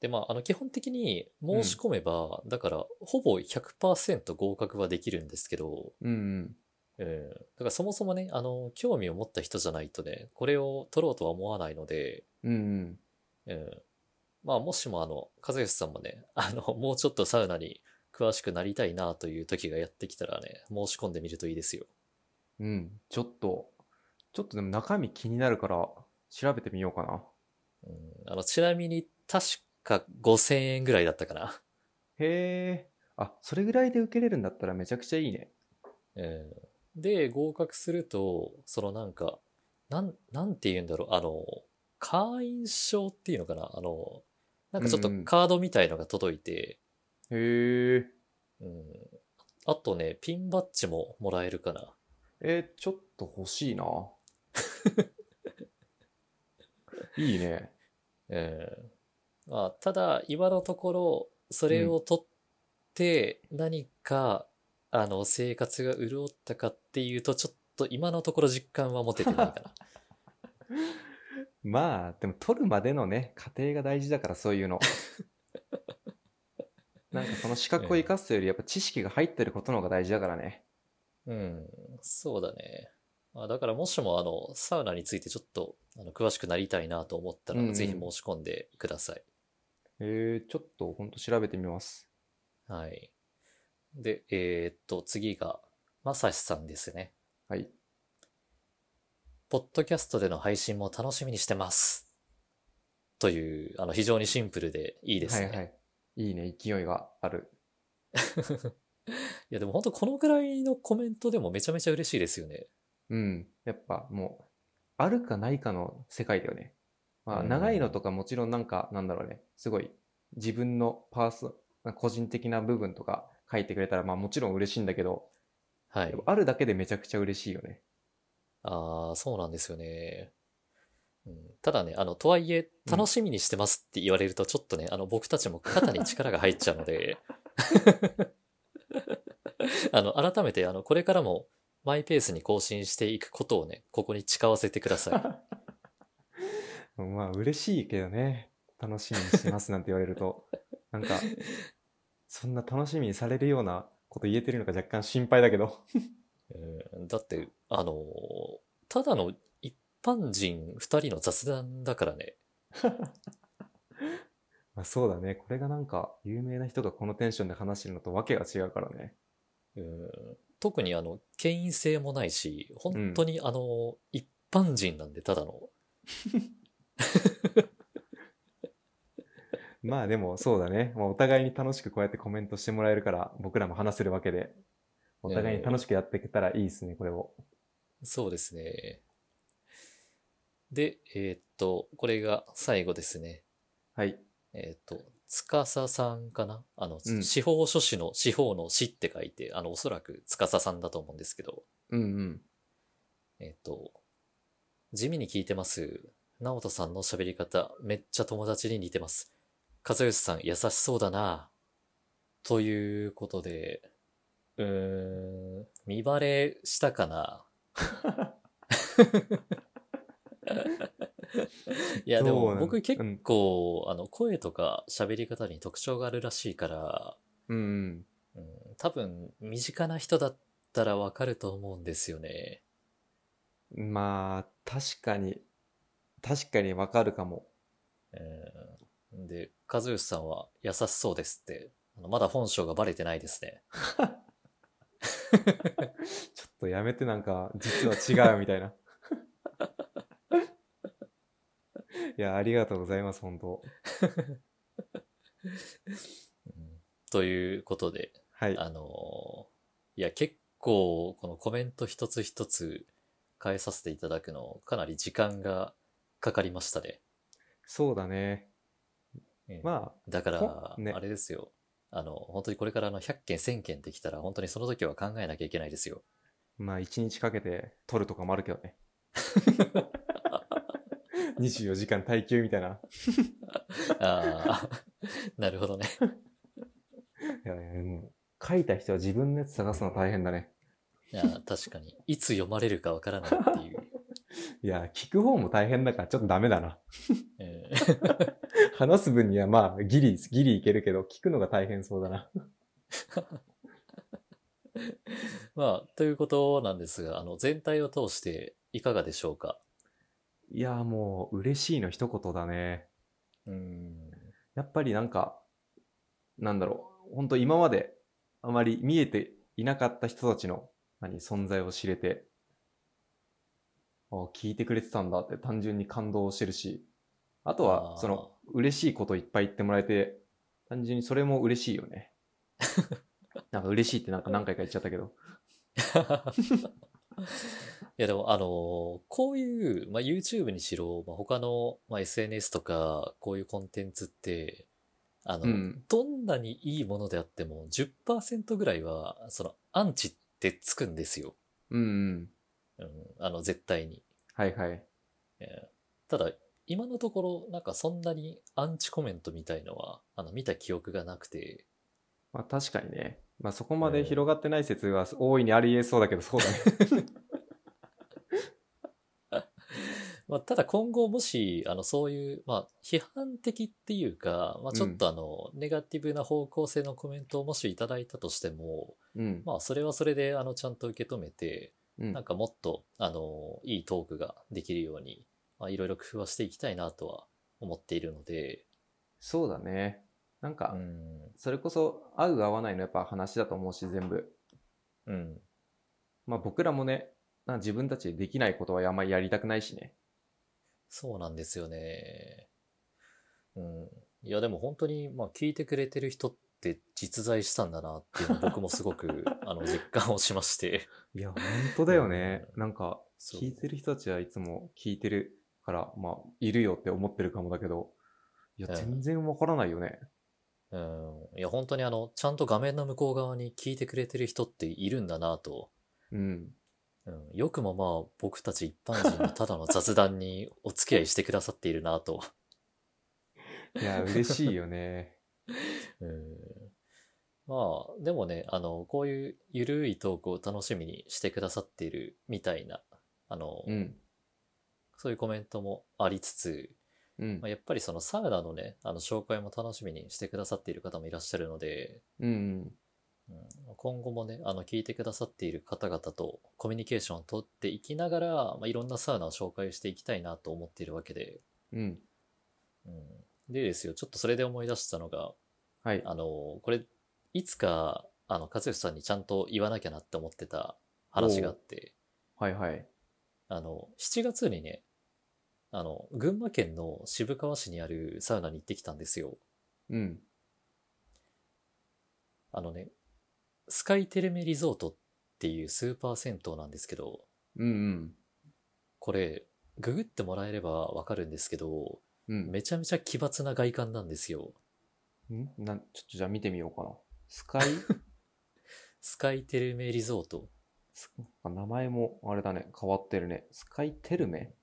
[SPEAKER 2] で、まあ、あの、基本的に申し込めば、だから、ほぼ100%合格はできるんですけど、
[SPEAKER 3] うんうん。
[SPEAKER 2] うん。だからそもそもね、あの、興味を持った人じゃないとね、これを取ろうとは思わないので、
[SPEAKER 3] うんうん。
[SPEAKER 2] うん。まあ、もしもあの、和義さんもね、 あの、もうちょっとサウナに詳しくなりたいなという時がやってきたらね、申し込んでみるといいですよ。
[SPEAKER 3] うん。ちょっと、ちょっとでも中身気になるから調べてみようかな。
[SPEAKER 2] うん。あの、ちなみに、確か5000円ぐらいだったかな。
[SPEAKER 3] へえ。あ、それぐらいで受けれるんだったらめちゃくちゃいいね。
[SPEAKER 2] うん。で、合格すると、そのなんか、なん、なんて言うんだろう、あの、会員証っていうのかなあの、なんかちょっと
[SPEAKER 3] うんうん
[SPEAKER 2] カードみたいのが届いて、
[SPEAKER 3] へえ。
[SPEAKER 2] うん。あとね、ピンバッジももらえるかな。
[SPEAKER 3] えー、ちょっと欲しいな。いいね。
[SPEAKER 2] うん。まあ、ただ、今のところ、それを取って、何か、あの、生活が潤ったかっていうと、ちょっと今のところ実感は持ててないかな。
[SPEAKER 3] まあ、でも取るまでのね、過程が大事だから、そういう の。なんかその資格を生かすより、やっぱ知識が入ってることの方が大事だからね。
[SPEAKER 2] うん、そうだね。まあ、だからもしも、あの、サウナについてちょっと、あの、詳しくなりたいなと思ったら、
[SPEAKER 3] うんうん
[SPEAKER 2] ぜひ申し込んでください。
[SPEAKER 3] えー、ちょっとほんと調べてみます。
[SPEAKER 2] はい。で、えーっと、次が、まさしさんですね。
[SPEAKER 3] はい。
[SPEAKER 2] ポッドキャストでの配信も楽しみにしてます。という、あの、非常にシンプルでいいですね。
[SPEAKER 3] はい
[SPEAKER 2] い
[SPEAKER 3] はい。いいね、勢いがある。
[SPEAKER 2] や、でも本当このぐらいのコメントでもめちゃめちゃ嬉しいですよね。
[SPEAKER 3] うん。やっぱもう、あるかないかの世界だよね。まあ、
[SPEAKER 2] うん
[SPEAKER 3] 長いのとかもちろんなんか、なんだろうね、すごい自分のパーソ、個人的な部分とか書いてくれたら、まあもちろん嬉しいんだけど、
[SPEAKER 2] はい
[SPEAKER 3] やっ。ぱあるだけでめちゃくちゃ嬉しいよね。
[SPEAKER 2] ああ、そうなんですよね。うん、ただね、あの、とはいえ、
[SPEAKER 3] うん
[SPEAKER 2] 楽しみにしてますって言われると、ちょっとね、あの、僕たちも肩に力が入っちゃうので、 あの、改めて、あの、これからも、マイペースに更新していくことをね、ここに誓わせてください。
[SPEAKER 3] まあ嬉しいけどね。楽しみにしてますなんて言われる と。なんか、そんな楽しみにされるようなこと言えてるのか若干心配だけど。
[SPEAKER 2] うんだって、あのー、ただの一般人二人の雑談だからね。
[SPEAKER 3] まあそうだね。これがなんか有名な人がこのテンションで話してるのとわけが違うからね。
[SPEAKER 2] うん特にあの、権威性もないし、本当にあのー、一般人なんで、ただの。
[SPEAKER 3] まあでもそうだね。まあお互いに楽しくこうやってコメントしてもらえるから僕らも話せるわけで。お互いに楽しくやっていけたらいいですね、これを。
[SPEAKER 2] そうですね。で、えーっと、これが最後ですね。
[SPEAKER 3] はい。
[SPEAKER 2] えーっと、司さんかなあの、
[SPEAKER 3] うん
[SPEAKER 2] 司法書士の司法の死って書いて、あの、おそらく司さんだと思うんですけど、
[SPEAKER 3] うんうん。
[SPEAKER 2] えーっと、地味に聞いてます。直人さんの喋り方、めっちゃ友達に似てます。和義さん、優しそうだなということで、うーん、見バレした かないや、で
[SPEAKER 3] どうな
[SPEAKER 2] も
[SPEAKER 3] の
[SPEAKER 2] 僕結構、あの、声とか喋り方に特徴があるらしいから、
[SPEAKER 3] うんうん。
[SPEAKER 2] うん、多分、身近な人だったらわかると思うんですよね。
[SPEAKER 3] まあ、確かに、確かにわかるかも。
[SPEAKER 2] うん、で、和義さんは優しそうですって、あのまだ本性がバレてないですね。
[SPEAKER 3] ちょっとやめてなんか、実は違うみた いな。いや、ありがとうございます、本当
[SPEAKER 2] うんということで、
[SPEAKER 3] はい。
[SPEAKER 2] あのーいや、結構、このコメント一つ一つ変えさせていただくの、かなり時間がかかりましたね。
[SPEAKER 3] そうだね。
[SPEAKER 2] ええ
[SPEAKER 3] ま
[SPEAKER 2] だか
[SPEAKER 3] ほね
[SPEAKER 2] ら、あれですよ。あの、本当にこれからあの100件、1000件できたら、本当にその時は考えなきゃいけないですよ。
[SPEAKER 3] あ、まあ、一日かけて撮るとかもあるけど ね。24時間耐久みたいな。
[SPEAKER 2] ああ、 なるほどね。
[SPEAKER 3] いやいやでも書いた人は自分のやつ探すの大変だね。
[SPEAKER 2] いや確かに。いつ読まれるかわからないっていう。
[SPEAKER 3] いや、聞く方も大変だからちょっとダメだな。
[SPEAKER 2] え
[SPEAKER 3] 話す分にはまあ、ギリ、ギリいけるけど、聞くのが大変そうだな。
[SPEAKER 2] えまあ、ということなんですが、あの、全体を通していかがでしょうか
[SPEAKER 3] いや、もう、嬉しいの一言だね。
[SPEAKER 2] うん。
[SPEAKER 3] やっぱりなんか、なんだろう、本当今まであまり見えていなかった人たちの何存在を知れて、あ聞いてくれてたんだって単純に感動してるし、あと
[SPEAKER 2] あ
[SPEAKER 3] は
[SPEAKER 2] ー
[SPEAKER 3] その嬉しいこといっぱい言ってもらえて、単純にそれも嬉しいよ ね。なんか嬉しいってなんか何回か言っちゃったけど。
[SPEAKER 2] いやでもあのこういう、まあ、YouTube にしろ、まあ、他の、まあ、SNS とかこういうコンテンツってあの、
[SPEAKER 3] うん。
[SPEAKER 2] どんなにいいものであっても10%ぐらいはそのアンチってつくんですよ、
[SPEAKER 3] うんうん。
[SPEAKER 2] うん、あの絶対に、
[SPEAKER 3] はいはい。
[SPEAKER 2] えーただ今のところなんかそんなにアンチコメントみたいのはあの見た記憶がなくて
[SPEAKER 3] まあ確かにね。まあそこまで広がってない説は大いにあり得そうだけど、そうだね。
[SPEAKER 2] まあ、ただ今後もし、あの、そういう、まあ、批判的っていうか、まあ、ちょっとあの、ネガティブな方向性のコメントをもしいただいたとしても、
[SPEAKER 3] うん。
[SPEAKER 2] まあ、それはそれで、あの、ちゃんと受け止めて、
[SPEAKER 3] うん
[SPEAKER 2] なんかもっと、あの、いいトークができるように、まあ、いろいろ工夫はしていきたいなとは思っているので、
[SPEAKER 3] そうだね。なんか、
[SPEAKER 2] うん、
[SPEAKER 3] それこそ合う合わないのやっぱ話だと思うし、全部。
[SPEAKER 2] うん、
[SPEAKER 3] まあ僕らもね、なんか自分たちでできないことはあんまりやりたくないしね。
[SPEAKER 2] そうなんですよね。うん。いや、でも本当に、まあ、聞いてくれてる人って実在したんだなっていうのを僕もすご く、あの、実感をしまして。
[SPEAKER 3] いや、本当だよね。なんか、
[SPEAKER 2] そう
[SPEAKER 3] 聞いてる人たちはいつも聞いてるから、まあ、いるよって思ってるかもだけど、いや、
[SPEAKER 2] うん
[SPEAKER 3] 全然わからないよね。
[SPEAKER 2] うん。いや、本当にあの、ちゃんと画面の向こう側に聞いてくれてる人っているんだなと、
[SPEAKER 3] うん。
[SPEAKER 2] うんうん、よくもまあ僕たち一般人のただの雑談にお付き合いしてくださっているなと。
[SPEAKER 3] いや、嬉しいよね。
[SPEAKER 2] うん、まあでもねあのこういうゆるいトークを楽しみにしてくださっているみたいなあ の、
[SPEAKER 3] うん。
[SPEAKER 2] そういうコメントもありつつ、
[SPEAKER 3] うん
[SPEAKER 2] まあ、。やっぱりそのサウナのねあの紹介も楽しみにしてくださっている方もいらっしゃるので、
[SPEAKER 3] うん。
[SPEAKER 2] うん、今後もねあの聞いてくださっている方々とコミュニケーションを取っていきながら、まあ、いろんなサウナを紹介していきたいなと思っているわけで。
[SPEAKER 3] うん。
[SPEAKER 2] うん、でですよちょっとそれで思い出したのが
[SPEAKER 3] はい。
[SPEAKER 2] あの、これ、いつか、あの、和義さんにちゃんと言わなきゃなって思ってた話があって、
[SPEAKER 3] はいはい。
[SPEAKER 2] あの、7月にね、あの、群馬県の渋川市にあるサウナに行ってきたんですよ。
[SPEAKER 3] うん。
[SPEAKER 2] あのね、スカイテルメリゾートっていうスーパー銭湯なんですけど、
[SPEAKER 3] うんうん。
[SPEAKER 2] これ、ググってもらえればわかるんですけど、
[SPEAKER 3] うん。
[SPEAKER 2] めちゃめちゃ奇抜な外観なんですよ。
[SPEAKER 3] んなん、ちょっとじゃあ見てみようかな。スカイ
[SPEAKER 2] スカイテルメリゾート。
[SPEAKER 3] すあ名前もあれだね。変わってるね。スカイテルメ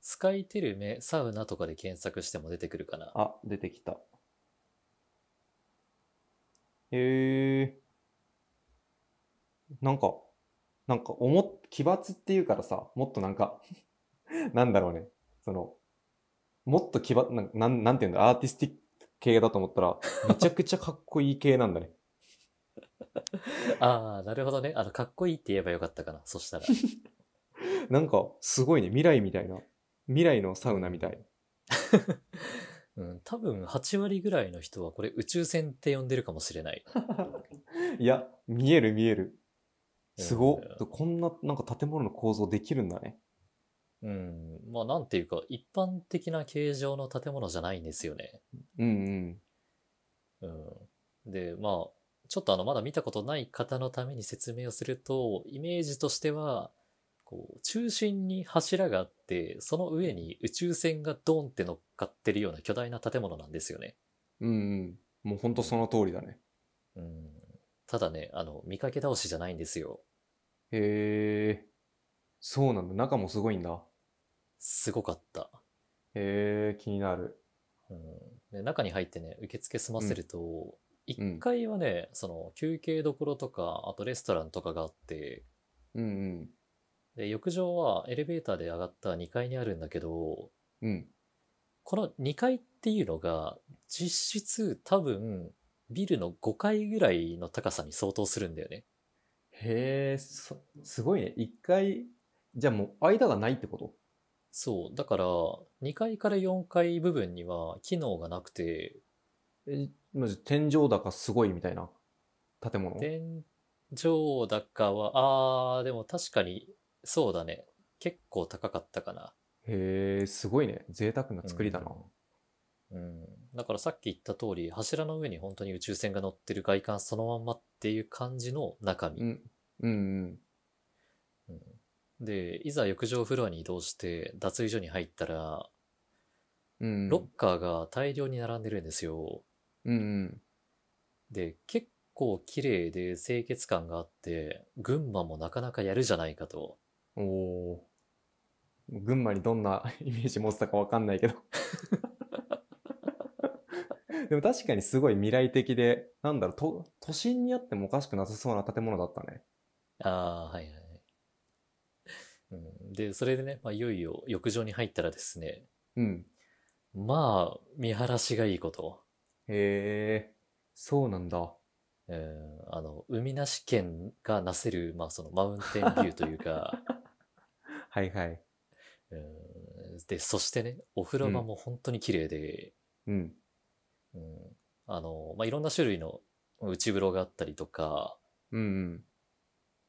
[SPEAKER 2] スカイテルメサウナとかで検索しても出てくるかな。
[SPEAKER 3] あ、出てきた。へえ。なんか、なんか、おも、奇抜っていうからさ、もっとなんか、 なんだろうね。その、もっと奇抜、なん、なんなんていうんだ、アーティスティック系だと思ったら、めちゃくちゃかっこいい系なんだね。
[SPEAKER 2] ああ、なるほどね。あの、かっこいいって言えばよかったかな。そし たら。
[SPEAKER 3] なんか、すごいね。未来みたいな。未来のサウナみたい。
[SPEAKER 2] うん、多分8割ぐらいの人はこれ宇宙船って呼んでるかもしれない。
[SPEAKER 3] いや、見える見える。すごっ
[SPEAKER 2] うん。
[SPEAKER 3] こんな、なんか建物の構造できるんだね。
[SPEAKER 2] うん、まあなんていうか、一般的な形状の建物じゃないんですよね。
[SPEAKER 3] うんうん。
[SPEAKER 2] うん。で、まあ、ちょっとあの、まだ見たことない方のために説明をすると、イメージとしては、こう、中心に柱があって、その上に宇宙船がドンって乗っかってるような巨大な建物なんですよね。
[SPEAKER 3] うんうん。もうほんとその通りだね。
[SPEAKER 2] うん。ただね、あの、見かけ倒しじゃないんですよ。
[SPEAKER 3] へえ。そうなんだ。中もすごいんだ。
[SPEAKER 2] すごかった。
[SPEAKER 3] へえ、気になる。
[SPEAKER 2] うんで中に入ってね受付済ませると、
[SPEAKER 3] うん
[SPEAKER 2] 1階はねその休憩どころとかあとレストランとかがあって
[SPEAKER 3] うん
[SPEAKER 2] で浴場はエレベーターで上がった2階にあるんだけど
[SPEAKER 3] うん。うん。
[SPEAKER 2] この2階っていうのが実質多分ビルの5階ぐらいの高さに相当するんだよね。
[SPEAKER 3] へえ、そ、すごいね。一回、じゃあもう間がないってこと
[SPEAKER 2] そう。だから、2階から4階部分には機能がなくて、
[SPEAKER 3] え、まじ天井高すごいみたいな建物
[SPEAKER 2] 天井高は、あー、でも確かに、そうだね。結構高かったかな。
[SPEAKER 3] へえ、すごいね。贅沢な作りだな。
[SPEAKER 2] うん。だからさっき言った通り、柱の上に本当に宇宙船が乗ってる外観そのまんまっていう感じの中身。
[SPEAKER 3] ん。うんうん。
[SPEAKER 2] で、いざ浴場フロアに移動して、脱衣所に入ったら、
[SPEAKER 3] うん
[SPEAKER 2] ロッカーが大量に並んでるんですよ。
[SPEAKER 3] うんうん。
[SPEAKER 2] で、結構綺麗で清潔感があって、群馬もなかなかやるじゃないかと。
[SPEAKER 3] おおー。群馬にどんな イメージ持ってたかわかんないけど。 でも確かにすごい未来的で、なんだろう、と、都心にあってもおかしくなさそうな建物だったね。
[SPEAKER 2] ああ、はいはいはい。うん、で、それでね、まあ、いよいよ浴場に入ったらですね、
[SPEAKER 3] うん。
[SPEAKER 2] まあ、見晴らしがいいこと。
[SPEAKER 3] へえ、そうなんだ。
[SPEAKER 2] うん、あの、海なし県がなせる、まあ、そのマウンテンビューというか、
[SPEAKER 3] はいはい。
[SPEAKER 2] うん、で、そしてね、お風呂場も本当に綺麗で、
[SPEAKER 3] うん。
[SPEAKER 2] うん、あの、まあ、いろんな種類の内風呂があったりとか、
[SPEAKER 3] うんうん。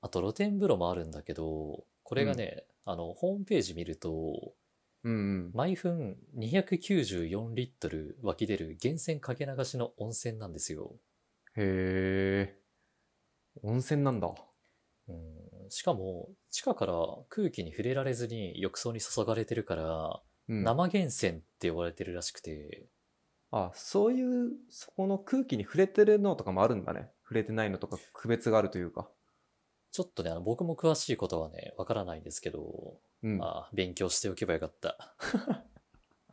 [SPEAKER 2] あと露天風呂もあるんだけど、これがね、あの、ホームページ見ると、
[SPEAKER 3] うんうん。
[SPEAKER 2] 毎分294リットル湧き出る源泉かけ流しの温泉なんですよ。
[SPEAKER 3] へえ、温泉なんだ。
[SPEAKER 2] うん、しかも、地下から空気に触れられずに浴槽に注がれてるから、
[SPEAKER 3] うん。
[SPEAKER 2] 生源泉って呼ばれてるらしくて、
[SPEAKER 3] あ、そういう、そこの空気に触れてるのとかもあるんだね。触れてないのとか区別があるというか。
[SPEAKER 2] ちょっとね、あの、僕も詳しいことはね、わからないんですけど、
[SPEAKER 3] うん。
[SPEAKER 2] まあ、勉強しておけばよ かった。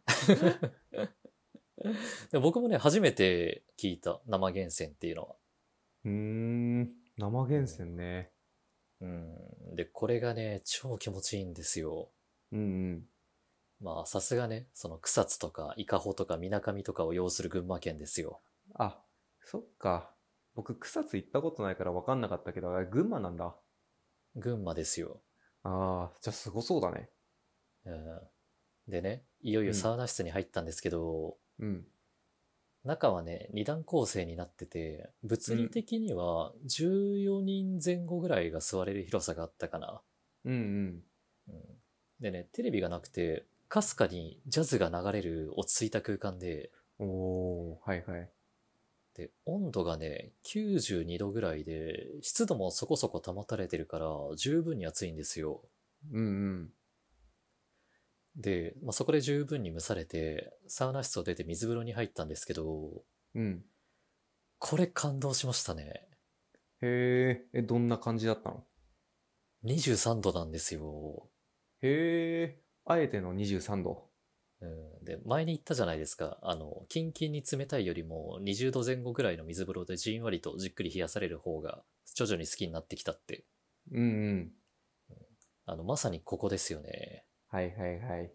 [SPEAKER 2] でも僕もね、初めて聞いた生源泉っていうのは。
[SPEAKER 3] うーん。生源泉ね。
[SPEAKER 2] うん。で、これがね、超気持ちいいんですよ。
[SPEAKER 3] うんうん。
[SPEAKER 2] まあ、さすがね、その草津とか伊香保とか水上とかを要する群馬県ですよ。
[SPEAKER 3] あ、そっか。僕、草津行ったことないから分かんなかったけど、あれ群馬なんだ。
[SPEAKER 2] 群馬ですよ。
[SPEAKER 3] ああ、じゃあすごそうだね。
[SPEAKER 2] うん。でね、いよいよサウナ室に入ったんですけど、
[SPEAKER 3] うん。
[SPEAKER 2] 中はね、二段構成になってて、物理的には14人前後ぐらいが座れる広さがあったかな。
[SPEAKER 3] うんうん。
[SPEAKER 2] うんでね、テレビがなくて、かすかにジャズが流れる落ち着いた空間で、
[SPEAKER 3] おー、はいはい。
[SPEAKER 2] で、温度がね、92度ぐらいで、湿度もそこそこ保たれてるから、十分に暑いんですよ。
[SPEAKER 3] うんうん。
[SPEAKER 2] で、まあ、そこで十分に蒸されて、サウナ室を出て水風呂に入ったんですけど、
[SPEAKER 3] うん。
[SPEAKER 2] これ感動しましたね。
[SPEAKER 3] へえ、え、どんな感じだったの
[SPEAKER 2] 23度なんですよ。
[SPEAKER 3] へえ、あえての23度。
[SPEAKER 2] うん、で、前に言ったじゃないですか。あの、キンキンに冷たいよりも20度前後ぐらいの水風呂でじんわりとじっくり冷やされる方が徐々に好きになってきたって。
[SPEAKER 3] うんうん。
[SPEAKER 2] あの、まさにここですよね。
[SPEAKER 3] はいはいはい。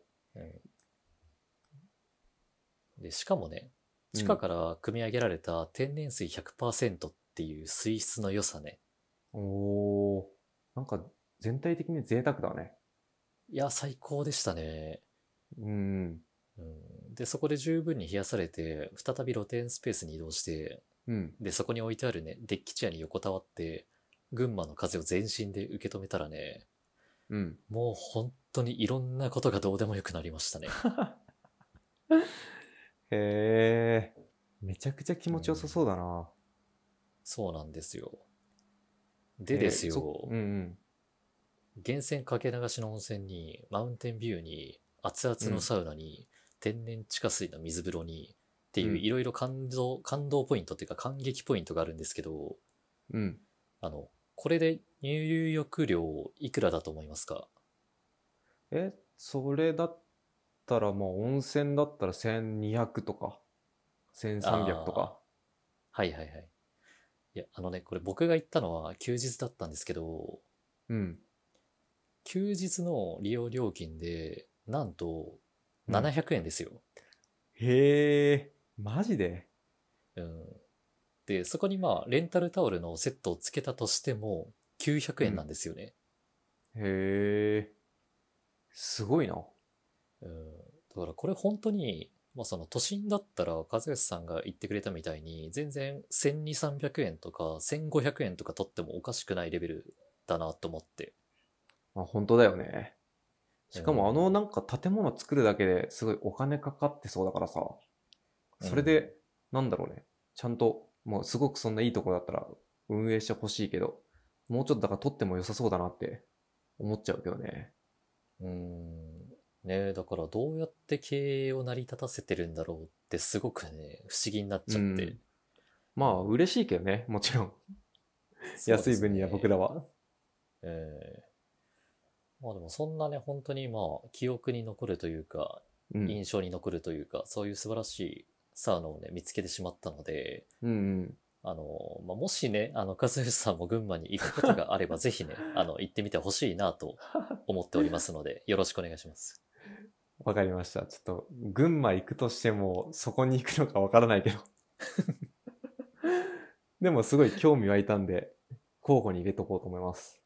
[SPEAKER 2] で、しかもね、地下から汲み上げられた天然水100%っていう水質の良さね。
[SPEAKER 3] おー、なんか全体的に贅沢だね。
[SPEAKER 2] いや、最高でしたね。
[SPEAKER 3] うん
[SPEAKER 2] うん、で、そこで十分に冷やされて、再び露天スペースに移動して、
[SPEAKER 3] うん。うん。
[SPEAKER 2] で、そこに置いてあるね、デッキチェアに横たわって、群馬の風を全身で受け止めたらね、
[SPEAKER 3] うん。
[SPEAKER 2] もう本当にいろんなことがどうでもよくなりましたね。
[SPEAKER 3] へえ、めちゃくちゃ気持ちよさそうだな。
[SPEAKER 2] そうなんですよ。でです
[SPEAKER 3] えーそ
[SPEAKER 2] よ、
[SPEAKER 3] うんうん。
[SPEAKER 2] 源泉かけ流しの温泉に、マウンテンビューに、熱々のサウナに、天然地下水の水風呂に、っていううんいろいろ感動、感動ポイントっていうか感激ポイントがあるんですけど、
[SPEAKER 3] うん。
[SPEAKER 2] あの、これで入浴料いくらだと思いますか
[SPEAKER 3] え、それだったら、まあ、温泉だったら1200とか、1300とか。
[SPEAKER 2] はいはいはい。いや、あのね、これ僕が行ったのは休日だったんですけど、
[SPEAKER 3] うん。
[SPEAKER 2] 休日の利用料金で、なんと、
[SPEAKER 3] うん
[SPEAKER 2] 700円ですよ。
[SPEAKER 3] へえ、マジで
[SPEAKER 2] うん。で、そこにまあ、レンタルタオルのセットをつけたとしても、900円なんですよね。
[SPEAKER 3] へえ、すごいな。
[SPEAKER 2] うん。だからこれ本当に、まあその都心だったら、和義さんが言ってくれたみたいに、全然1200、300円とか1500円とか取ってもおかしくないレベルだなと思って。
[SPEAKER 3] まあ、本当だよね。しか
[SPEAKER 2] うん
[SPEAKER 3] もあのなんか建物作るだけですごいお金かかってそうだからさ。それで、なんだろうね。ちゃんと、もうすごくそんないいとこだったら運営してほしいけど、もうちょっとだから取っても良さそうだなって思っちゃうけどね。
[SPEAKER 2] うーん。ねえ、だからどうやって経営を成り立たせてるんだろうってすごくね、不思議になっちゃって。
[SPEAKER 3] うんまあ嬉しいけどね、もちろん。
[SPEAKER 2] そうです
[SPEAKER 3] 安
[SPEAKER 2] ね
[SPEAKER 3] い分には僕ら。は。
[SPEAKER 2] ええまあでもそんなね、本当にまあ、記憶に残るというか、
[SPEAKER 3] うん。
[SPEAKER 2] 印象に残るというか、そういう素晴らしいサウナをね、見つけてしまったので、
[SPEAKER 3] うんうん。
[SPEAKER 2] あの、まあ、もしね、あの、和義さんも群馬に行くことが あれば、ぜひね、あの、行ってみてほしいなと思っておりますので、よろしくお願いします。
[SPEAKER 3] わかりました。ちょっと、群馬行くとしても、そこに行くのかわからないけ ど。でもすごい興味湧いたんで、候補に入れとこうと思います。